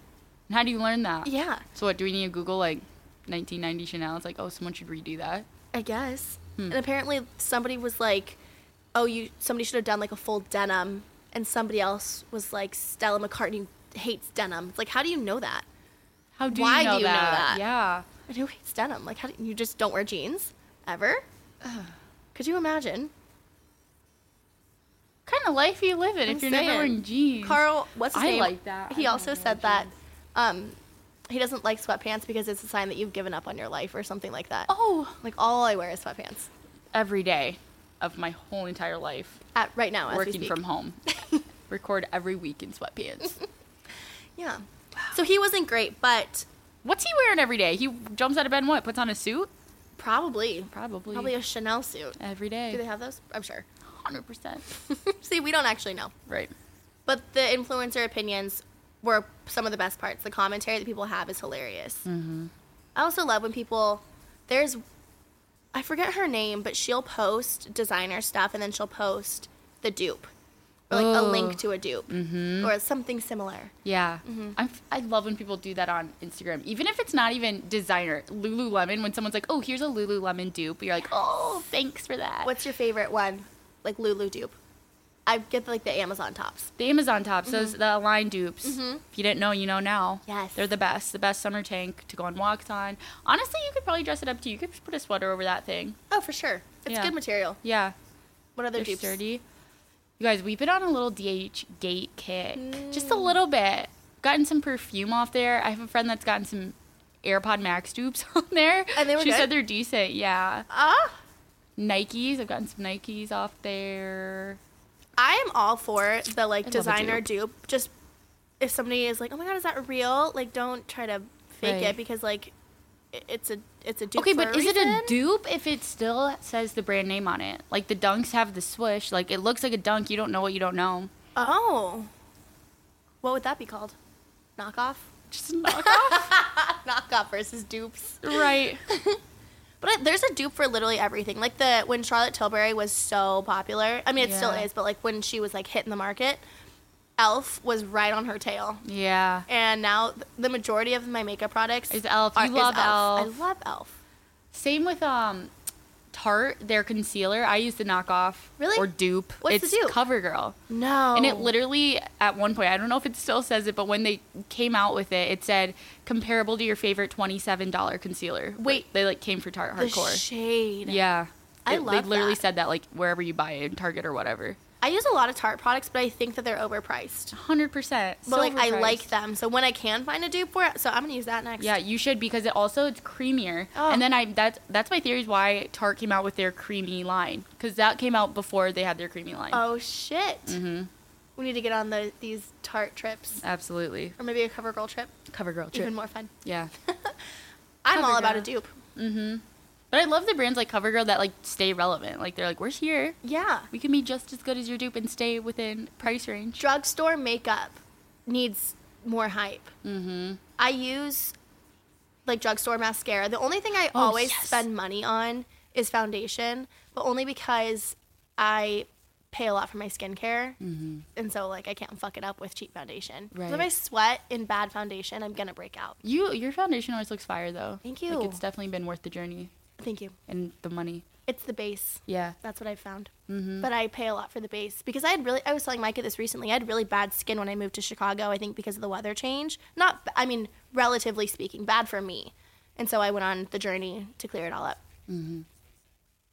[SPEAKER 2] And how do you learn that?
[SPEAKER 1] yeah
[SPEAKER 2] So what do we need to Google like 1990 Chanel? It's like oh someone should redo that.
[SPEAKER 1] I guess.
[SPEAKER 2] Hmm.
[SPEAKER 1] And apparently somebody was like, "Oh, you somebody should have done like a full denim," and somebody else was like, "Stella McCartney hates denim." It's like, how do you know that?
[SPEAKER 2] How do
[SPEAKER 1] Why
[SPEAKER 2] you
[SPEAKER 1] do
[SPEAKER 2] know
[SPEAKER 1] you know
[SPEAKER 2] that?
[SPEAKER 1] that?
[SPEAKER 2] Yeah.
[SPEAKER 1] And who hates denim? Like, how do you just don't wear jeans ever? Could you imagine?
[SPEAKER 2] Kind of life you live in
[SPEAKER 1] I'm
[SPEAKER 2] if you're
[SPEAKER 1] saying.
[SPEAKER 2] never wearing jeans.
[SPEAKER 1] Carl, what's his
[SPEAKER 2] Hmm. I
[SPEAKER 1] name?
[SPEAKER 2] like that. I
[SPEAKER 1] He
[SPEAKER 2] don't
[SPEAKER 1] also
[SPEAKER 2] wear
[SPEAKER 1] said that um, he doesn't like sweatpants because it's a sign that you've given up on your life or something like that.
[SPEAKER 2] Oh,
[SPEAKER 1] Like all I wear is sweatpants
[SPEAKER 2] every day of my whole entire life
[SPEAKER 1] at right now as we
[SPEAKER 2] working
[SPEAKER 1] speak.
[SPEAKER 2] from home. Record every week in sweatpants.
[SPEAKER 1] Yeah. So he wasn't great, but
[SPEAKER 2] What's he wearing every day? He jumps out of bed and what? Puts on a suit?
[SPEAKER 1] probably
[SPEAKER 2] Probably.
[SPEAKER 1] probably a Chanel suit.
[SPEAKER 2] every
[SPEAKER 1] Do they
[SPEAKER 2] day.
[SPEAKER 1] have those? I'm sure.
[SPEAKER 2] 100%.
[SPEAKER 1] See, we don't actually know.
[SPEAKER 2] Right.
[SPEAKER 1] But the influencer opinions were some of the best parts. The commentary that people have is hilarious.
[SPEAKER 2] Mm-hmm.
[SPEAKER 1] I also love when people, there's, I forget her name, but she'll post designer stuff and then she'll post the dupe. Or like a
[SPEAKER 2] Oh.
[SPEAKER 1] link to a dupe
[SPEAKER 2] Mm-hmm.
[SPEAKER 1] or something similar.
[SPEAKER 2] Yeah.
[SPEAKER 1] Mm-hmm.
[SPEAKER 2] I'm, f- I love when people do that on Instagram. Even if it's not even designer, Lululemon, when someone's like, oh, here's a Lululemon dupe, you're like, oh, thanks for that.
[SPEAKER 1] What's your favorite one? Like Lulu dupe. I get like the Amazon tops.
[SPEAKER 2] the Amazon tops, those the Align dupes. If you didn't know, you know now.
[SPEAKER 1] Mm-hmm. Yes.
[SPEAKER 2] They're the best. The best summer tank to go on walks on. Honestly, you could probably dress it up too. You could just put a sweater over that thing.
[SPEAKER 1] Oh, for sure. It's
[SPEAKER 2] Yeah.
[SPEAKER 1] good material.
[SPEAKER 2] Yeah.
[SPEAKER 1] What other
[SPEAKER 2] They're
[SPEAKER 1] dupes?
[SPEAKER 2] sturdy. You guys, we've been on a little DH gate kick. Just
[SPEAKER 1] Mm.
[SPEAKER 2] a little bit. Gotten some perfume off there. I have a friend that's gotten some AirPod Max dupes on there.
[SPEAKER 1] And they were
[SPEAKER 2] She
[SPEAKER 1] good?
[SPEAKER 2] said they're decent, yeah.
[SPEAKER 1] Ah,
[SPEAKER 2] Nikes. I've gotten some Nikes off there.
[SPEAKER 1] I am all for the like
[SPEAKER 2] I love a
[SPEAKER 1] designer dupe. Just if somebody is like, "Oh my god, is that real?" Like, don't try to fake
[SPEAKER 2] Right.
[SPEAKER 1] it because like i- it's a it's a dupe.
[SPEAKER 2] okay,
[SPEAKER 1] for
[SPEAKER 2] but
[SPEAKER 1] a
[SPEAKER 2] is it a
[SPEAKER 1] reason.
[SPEAKER 2] dupe if it still says the brand name on it? Like the dunks have the swoosh. Like it looks like a dunk. You don't know what you don't know.
[SPEAKER 1] Oh, what would that be called? Knockoff.
[SPEAKER 2] Just knock off.
[SPEAKER 1] Knockoff versus dupes.
[SPEAKER 2] right.
[SPEAKER 1] But I, there's a dupe for literally everything. Like the when Charlotte Tilbury was so popular. I mean, it still
[SPEAKER 2] Yeah.
[SPEAKER 1] is, but like when she was like hitting the market, Elf was right on her tail.
[SPEAKER 2] Yeah.
[SPEAKER 1] And now th- the majority of my makeup products
[SPEAKER 2] Is Elf.
[SPEAKER 1] are-
[SPEAKER 2] You love
[SPEAKER 1] I
[SPEAKER 2] Elf.
[SPEAKER 1] love Elf.
[SPEAKER 2] Same with um Tarte, their concealer. I use the knockoff
[SPEAKER 1] Really?
[SPEAKER 2] or dupe.
[SPEAKER 1] What's the
[SPEAKER 2] it's
[SPEAKER 1] dupe? Oh.
[SPEAKER 2] CoverGirl.
[SPEAKER 1] No.
[SPEAKER 2] And it literally at one point, I don't know if it still says it, but when they came out with it, it said comparable to your favorite twenty-seven dollar concealer.
[SPEAKER 1] Wait.
[SPEAKER 2] they like came for Tarte
[SPEAKER 1] the
[SPEAKER 2] hardcore.
[SPEAKER 1] shade.
[SPEAKER 2] yeah,
[SPEAKER 1] I
[SPEAKER 2] It-
[SPEAKER 1] love
[SPEAKER 2] They literally
[SPEAKER 1] that.
[SPEAKER 2] said that like wherever you buy it, in Target or whatever.
[SPEAKER 1] I use a lot of Tarte products, but I think that they're overpriced.
[SPEAKER 2] Hundred percent.
[SPEAKER 1] But like I like them, so when I can find a dupe for it, so I'm gonna use that next.
[SPEAKER 2] Yeah, you should because it also it's creamier.
[SPEAKER 1] Oh.
[SPEAKER 2] And then I that's that's my theory is why Tarte came out with their creamy line because that came out before they had their creamy line.
[SPEAKER 1] Oh shit.
[SPEAKER 2] Mhm.
[SPEAKER 1] We need to get on the these Tarte trips,
[SPEAKER 2] Absolutely.
[SPEAKER 1] or maybe a CoverGirl trip.
[SPEAKER 2] CoverGirl
[SPEAKER 1] Even more fun.
[SPEAKER 2] Yeah.
[SPEAKER 1] I'm all about a
[SPEAKER 2] CoverGirl.
[SPEAKER 1] dupe.
[SPEAKER 2] But I love the brands like CoverGirl that like stay relevant. Like they're like, we're here.
[SPEAKER 1] Yeah.
[SPEAKER 2] We can be just as good as your dupe and stay within price range.
[SPEAKER 1] Drugstore makeup needs more hype. Mm-hmm. I use like drugstore mascara. The only thing I
[SPEAKER 2] Oh,
[SPEAKER 1] always
[SPEAKER 2] yes.
[SPEAKER 1] spend money on is foundation, but only because I pay a lot for my skincare, and so like I can't fuck it up with cheap foundation. 'Cause If
[SPEAKER 2] Mm-hmm. Right.
[SPEAKER 1] I sweat in bad foundation, I'm gonna break out.
[SPEAKER 2] You your foundation always looks fire though.
[SPEAKER 1] Thank
[SPEAKER 2] Like
[SPEAKER 1] you.
[SPEAKER 2] it's definitely been worth the journey
[SPEAKER 1] Thank you.
[SPEAKER 2] and the money.
[SPEAKER 1] It's the base.
[SPEAKER 2] Yeah.
[SPEAKER 1] That's what I've found.
[SPEAKER 2] Mm-hmm.
[SPEAKER 1] But I pay a lot for the base because I had really, I was telling Micah this recently. I had really bad skin when I moved to Chicago, I think because of the weather change. Not, I mean, relatively speaking, bad for me. And so I went on the journey to clear it all up.
[SPEAKER 2] Mm-hmm.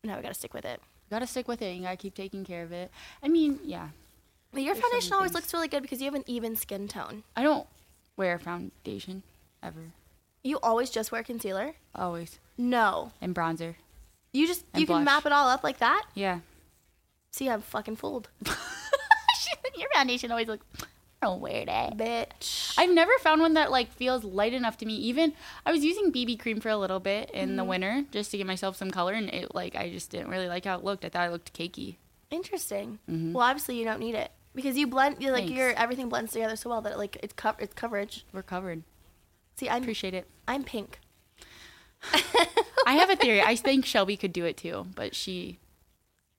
[SPEAKER 1] Now we got to stick with it.
[SPEAKER 2] Gotta stick with it. You gotta keep taking care of it. I mean, yeah.
[SPEAKER 1] But your
[SPEAKER 2] so many
[SPEAKER 1] foundation always
[SPEAKER 2] things.
[SPEAKER 1] looks really good because you have an even skin tone.
[SPEAKER 2] I don't wear foundation ever.
[SPEAKER 1] You always just wear concealer?
[SPEAKER 2] Always.
[SPEAKER 1] No.
[SPEAKER 2] And bronzer.
[SPEAKER 1] You just,
[SPEAKER 2] And
[SPEAKER 1] you can
[SPEAKER 2] blush.
[SPEAKER 1] map it all up like that?
[SPEAKER 2] Yeah.
[SPEAKER 1] See, I'm fucking fooled.
[SPEAKER 2] your foundation always looks I don't wear that.
[SPEAKER 1] Bitch.
[SPEAKER 2] I've never found one that like feels light enough to me. Even I was using BB cream for a little bit in
[SPEAKER 1] Mm-hmm.
[SPEAKER 2] the winter just to give myself some color, and it like I just didn't really like how it looked. I thought it looked cakey.
[SPEAKER 1] Interesting. Well, obviously you don't need it because you blend you like
[SPEAKER 2] Mm-hmm. Thanks.
[SPEAKER 1] your everything blends together so well that it, like it's cov it's coverage.
[SPEAKER 2] We're covered.
[SPEAKER 1] See, I'm
[SPEAKER 2] Appreciate it.
[SPEAKER 1] I'm pink.
[SPEAKER 2] I have a theory. I think Shelby could do it too, but she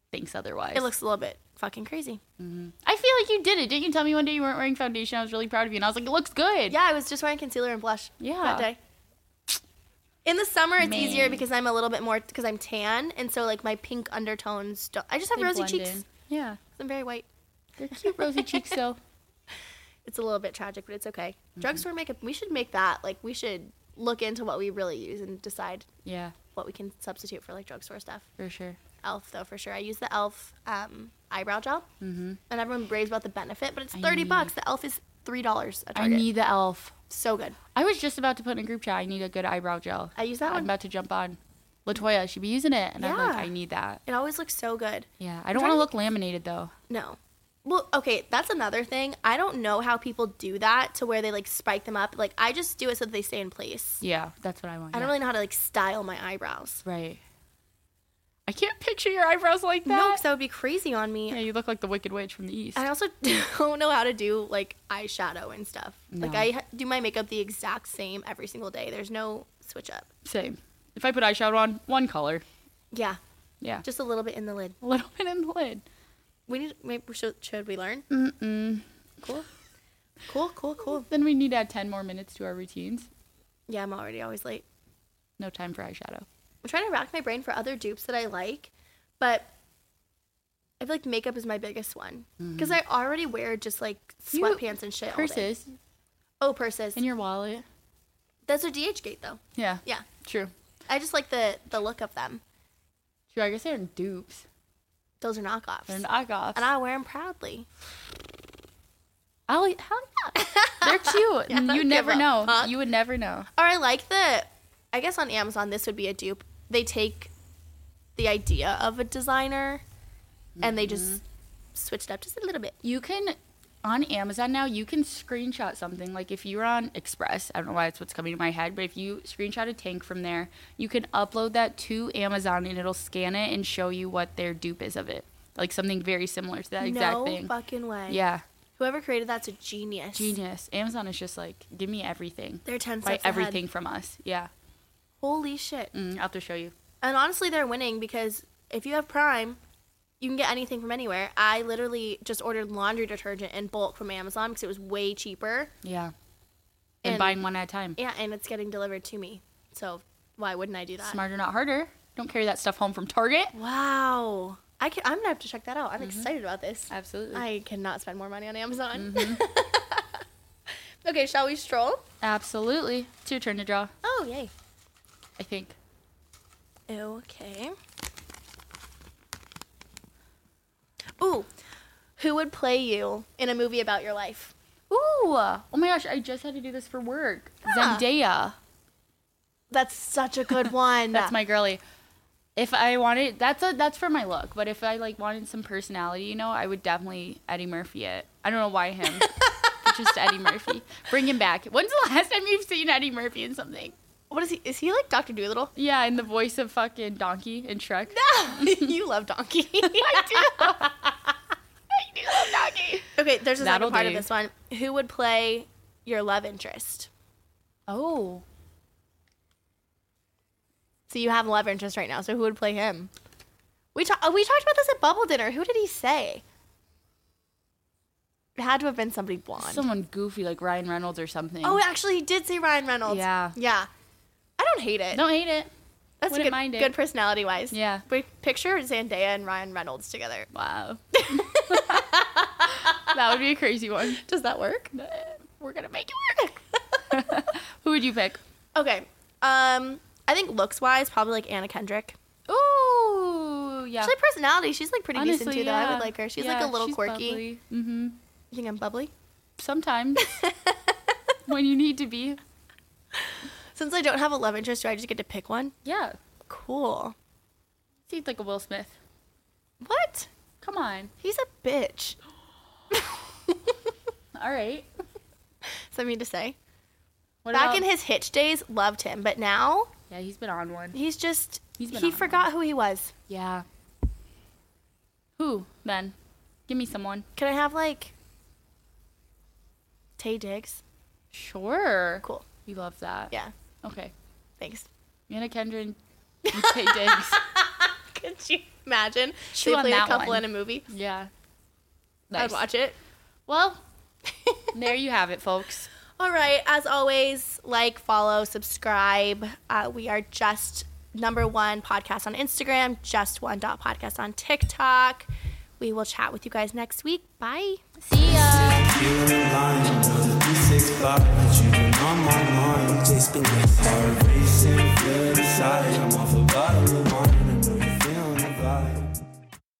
[SPEAKER 2] thinks otherwise.
[SPEAKER 1] It looks a little bit fucking crazy.
[SPEAKER 2] I feel like you did it. Didn't you tell me one day you weren't wearing foundation? I was really proud of you, and I was like, it looks good.
[SPEAKER 1] Yeah, I was just wearing concealer and blush.
[SPEAKER 2] Yeah.
[SPEAKER 1] That day. In the summer, it's
[SPEAKER 2] Man.
[SPEAKER 1] easier because I'm a little bit more because I'm tan, and so like my pink undertones. Don't, I just have
[SPEAKER 2] They
[SPEAKER 1] rosy
[SPEAKER 2] blend
[SPEAKER 1] cheeks.
[SPEAKER 2] in. Yeah,
[SPEAKER 1] I'm very white.
[SPEAKER 2] they're cute rosy cheeks though.
[SPEAKER 1] It's a little bit tragic, but it's okay.
[SPEAKER 2] Mm-hmm.
[SPEAKER 1] Drugstore makeup. We should make that like we should look into what we really use and decide
[SPEAKER 2] Yeah,
[SPEAKER 1] what we can substitute for like drugstore stuff.
[SPEAKER 2] for sure.
[SPEAKER 1] Elf though for sure. I use the Elf um, eyebrow gel, mm-hmm. and everyone raves about the benefit, but it's
[SPEAKER 2] I
[SPEAKER 1] thirty
[SPEAKER 2] need-
[SPEAKER 1] bucks. The Elf is three dollars at
[SPEAKER 2] I
[SPEAKER 1] Target.
[SPEAKER 2] need the elf.
[SPEAKER 1] so good.
[SPEAKER 2] I was just about to put in a group chat. I need a good eyebrow gel.
[SPEAKER 1] I use that
[SPEAKER 2] I'm
[SPEAKER 1] one.
[SPEAKER 2] about to jump on. Latoya, she be using it, and I'm like,
[SPEAKER 1] Yeah.
[SPEAKER 2] I need that.
[SPEAKER 1] It always looks so good.
[SPEAKER 2] Yeah, I don't
[SPEAKER 1] trying
[SPEAKER 2] want to
[SPEAKER 1] to
[SPEAKER 2] look laminated though.
[SPEAKER 1] No. Well, okay, that's another thing. I don't know how people do that to where they like spike them up. Like I just do it so that they stay in place.
[SPEAKER 2] Yeah, that's what I want.
[SPEAKER 1] I
[SPEAKER 2] yeah.
[SPEAKER 1] don't really know how to like style my eyebrows.
[SPEAKER 2] Right. I can't picture your eyebrows like
[SPEAKER 1] No, 'cause No,
[SPEAKER 2] that.
[SPEAKER 1] because that would be crazy on me.
[SPEAKER 2] yeah, you look like the Wicked Witch from the East.
[SPEAKER 1] I also don't know how to do like eyeshadow and stuff. Like
[SPEAKER 2] No.
[SPEAKER 1] I ha- do my makeup the exact same every single day. There's no switch up.
[SPEAKER 2] Same. If I put eyeshadow on, one color.
[SPEAKER 1] Yeah,
[SPEAKER 2] Yeah. Just
[SPEAKER 1] just a little bit in the lid.
[SPEAKER 2] a little bit in the lid.
[SPEAKER 1] We need. Maybe we should, should we learn?
[SPEAKER 2] Mm-mm.
[SPEAKER 1] Cool. Cool. Cool. Cool.
[SPEAKER 2] Then we need to add 10 more minutes to our routines.
[SPEAKER 1] Yeah, I'm already always late.
[SPEAKER 2] No time for eyeshadow.
[SPEAKER 1] I'm trying to rack my brain for other dupes that I like, but I feel like makeup is my biggest one because I already wear just like
[SPEAKER 2] Mm-hmm. You-
[SPEAKER 1] sweatpants and shit. all day.
[SPEAKER 2] Purses
[SPEAKER 1] Oh, purses.
[SPEAKER 2] in your wallet.
[SPEAKER 1] That's a DH gate though.
[SPEAKER 2] Yeah.
[SPEAKER 1] Yeah,
[SPEAKER 2] True.
[SPEAKER 1] I just like the the look of them.
[SPEAKER 2] True. I guess they're dupes.
[SPEAKER 1] Those are knockoffs,
[SPEAKER 2] They're knockoffs.
[SPEAKER 1] and I wear them proudly.
[SPEAKER 2] I'll, hell yeah. they're cute.
[SPEAKER 1] Yeah, I don't
[SPEAKER 2] you
[SPEAKER 1] give
[SPEAKER 2] never
[SPEAKER 1] a
[SPEAKER 2] know.
[SPEAKER 1] fuck.
[SPEAKER 2] You would never know.
[SPEAKER 1] Or I like the. I guess on Amazon this would be a dupe. They take the idea of a designer, and they
[SPEAKER 2] Mm-hmm.
[SPEAKER 1] just switch it up just a little bit.
[SPEAKER 2] You can on Amazon now. You can screenshot something. Like if you're on Express, I don't know why it's what's coming to my head, but if you screenshot a tank from there, you can upload that to Amazon and it'll scan it and show you what their dupe is of it. Like something very similar to that exact
[SPEAKER 1] no
[SPEAKER 2] thing.
[SPEAKER 1] fucking way.
[SPEAKER 2] Yeah,
[SPEAKER 1] Whoever created that's a genius.
[SPEAKER 2] genius. Amazon is just like give me everything.
[SPEAKER 1] They're ten
[SPEAKER 2] Buy
[SPEAKER 1] steps ahead.
[SPEAKER 2] everything from us. Yeah,
[SPEAKER 1] Holy shit.
[SPEAKER 2] mm, I'll have to show you.
[SPEAKER 1] And honestly, they're winning because if you have Prime, you can get anything from anywhere. I literally just ordered laundry detergent in bulk from Amazon because it was way cheaper.
[SPEAKER 2] Yeah, and,
[SPEAKER 1] And-
[SPEAKER 2] buying one at a time.
[SPEAKER 1] Yeah, and it's getting delivered to me. So why wouldn't I do that?
[SPEAKER 2] Uh, Smarter, not harder. Don't carry that stuff home from Target.
[SPEAKER 1] Wow. I can, I'm going to have to check that out. I'm excited about this.
[SPEAKER 2] Mm-hmm. Absolutely.
[SPEAKER 1] I cannot spend more money on Amazon.
[SPEAKER 2] Mm-hmm.
[SPEAKER 1] okay, shall we stroll?
[SPEAKER 2] Absolutely. It's your turn to draw.
[SPEAKER 1] Oh, yay.
[SPEAKER 2] I think.
[SPEAKER 1] Okay. Ooh, who would play you in a movie about your life?
[SPEAKER 2] Ooh! Oh my gosh! I just had to do this for work.
[SPEAKER 1] Ah.
[SPEAKER 2] Zendaya.
[SPEAKER 1] That's such a good one.
[SPEAKER 2] That's my girly. If I wanted, that's a that's for my look. But if I like wanted some personality, you know, I would definitely Eddie Murphy it. I don't know why him. but just Eddie Murphy. Bring him back. When's the last time you've seen Eddie Murphy in something?
[SPEAKER 1] What is he? Is he like Doctor Doolittle?
[SPEAKER 2] Yeah, in the voice of fucking Donkey and Shrek.
[SPEAKER 1] you love Donkey. I do.
[SPEAKER 2] do love Donkey.
[SPEAKER 1] Okay, there's a
[SPEAKER 2] That'll
[SPEAKER 1] second part
[SPEAKER 2] do.
[SPEAKER 1] of this one. Who would play your love interest?
[SPEAKER 2] Oh,
[SPEAKER 1] So you have a love interest right now. So who would play him? We talked. We talked about this at bubble dinner. Who did he say? It had to have been somebody blonde.
[SPEAKER 2] someone goofy like Ryan Reynolds or something.
[SPEAKER 1] Oh, actually, he did say Ryan Reynolds.
[SPEAKER 2] Yeah.
[SPEAKER 1] Yeah. I don't hate it.
[SPEAKER 2] don't hate it.
[SPEAKER 1] That's
[SPEAKER 2] wouldn't
[SPEAKER 1] good,
[SPEAKER 2] mind it.
[SPEAKER 1] good personality wise.
[SPEAKER 2] Yeah.
[SPEAKER 1] But picture Zendaya and Ryan Reynolds together.
[SPEAKER 2] Wow. that would be a crazy one.
[SPEAKER 1] Does that work?
[SPEAKER 2] We're gonna make it work. Who would you pick?
[SPEAKER 1] Okay. Um, I think looks wise, probably like Anna Kendrick.
[SPEAKER 2] Ooh, yeah.
[SPEAKER 1] Actually, personality, she's like pretty decent too, though. I would like her. She's like a little quirky.
[SPEAKER 2] Mm-hmm.
[SPEAKER 1] You think I'm bubbly?
[SPEAKER 2] Sometimes when you need to be.
[SPEAKER 1] Since I don't have a love interest, do I just get to pick one?
[SPEAKER 2] Yeah.
[SPEAKER 1] Cool.
[SPEAKER 2] Seems like a Will Smith.
[SPEAKER 1] What?
[SPEAKER 2] Come on.
[SPEAKER 1] He's a bitch.
[SPEAKER 2] All right.
[SPEAKER 1] Is for me to say.
[SPEAKER 2] What
[SPEAKER 1] Back
[SPEAKER 2] about-
[SPEAKER 1] in his Hitch days, loved him, but now
[SPEAKER 2] yeah, he's been on one.
[SPEAKER 1] he's just
[SPEAKER 2] He's been
[SPEAKER 1] he
[SPEAKER 2] on one.
[SPEAKER 1] forgot who he was.
[SPEAKER 2] Yeah. Who then? Give me someone.
[SPEAKER 1] Can I have like Tay Diggs?
[SPEAKER 2] Sure.
[SPEAKER 1] Cool.
[SPEAKER 2] We love that.
[SPEAKER 1] Yeah.
[SPEAKER 2] Okay.
[SPEAKER 1] Thanks.
[SPEAKER 2] Anna Kendrick and Tay Diggs.
[SPEAKER 1] Could you imagine?
[SPEAKER 2] Chew
[SPEAKER 1] they
[SPEAKER 2] on
[SPEAKER 1] played
[SPEAKER 2] that
[SPEAKER 1] a couple
[SPEAKER 2] one.
[SPEAKER 1] in a movie.
[SPEAKER 2] Yeah.
[SPEAKER 1] I'd watch it.
[SPEAKER 2] Well, there you have it, folks.
[SPEAKER 1] All right. As always, like, follow, subscribe. Uh, we are just number one podcast on Instagram, just one dot podcast on TikTok. We will chat with you guys next week. Bye.
[SPEAKER 2] See ya.
[SPEAKER 3] You're lying on the D6 block, but you've been on my mind. Just been like heart racing, feel inside. I'm off a bottle of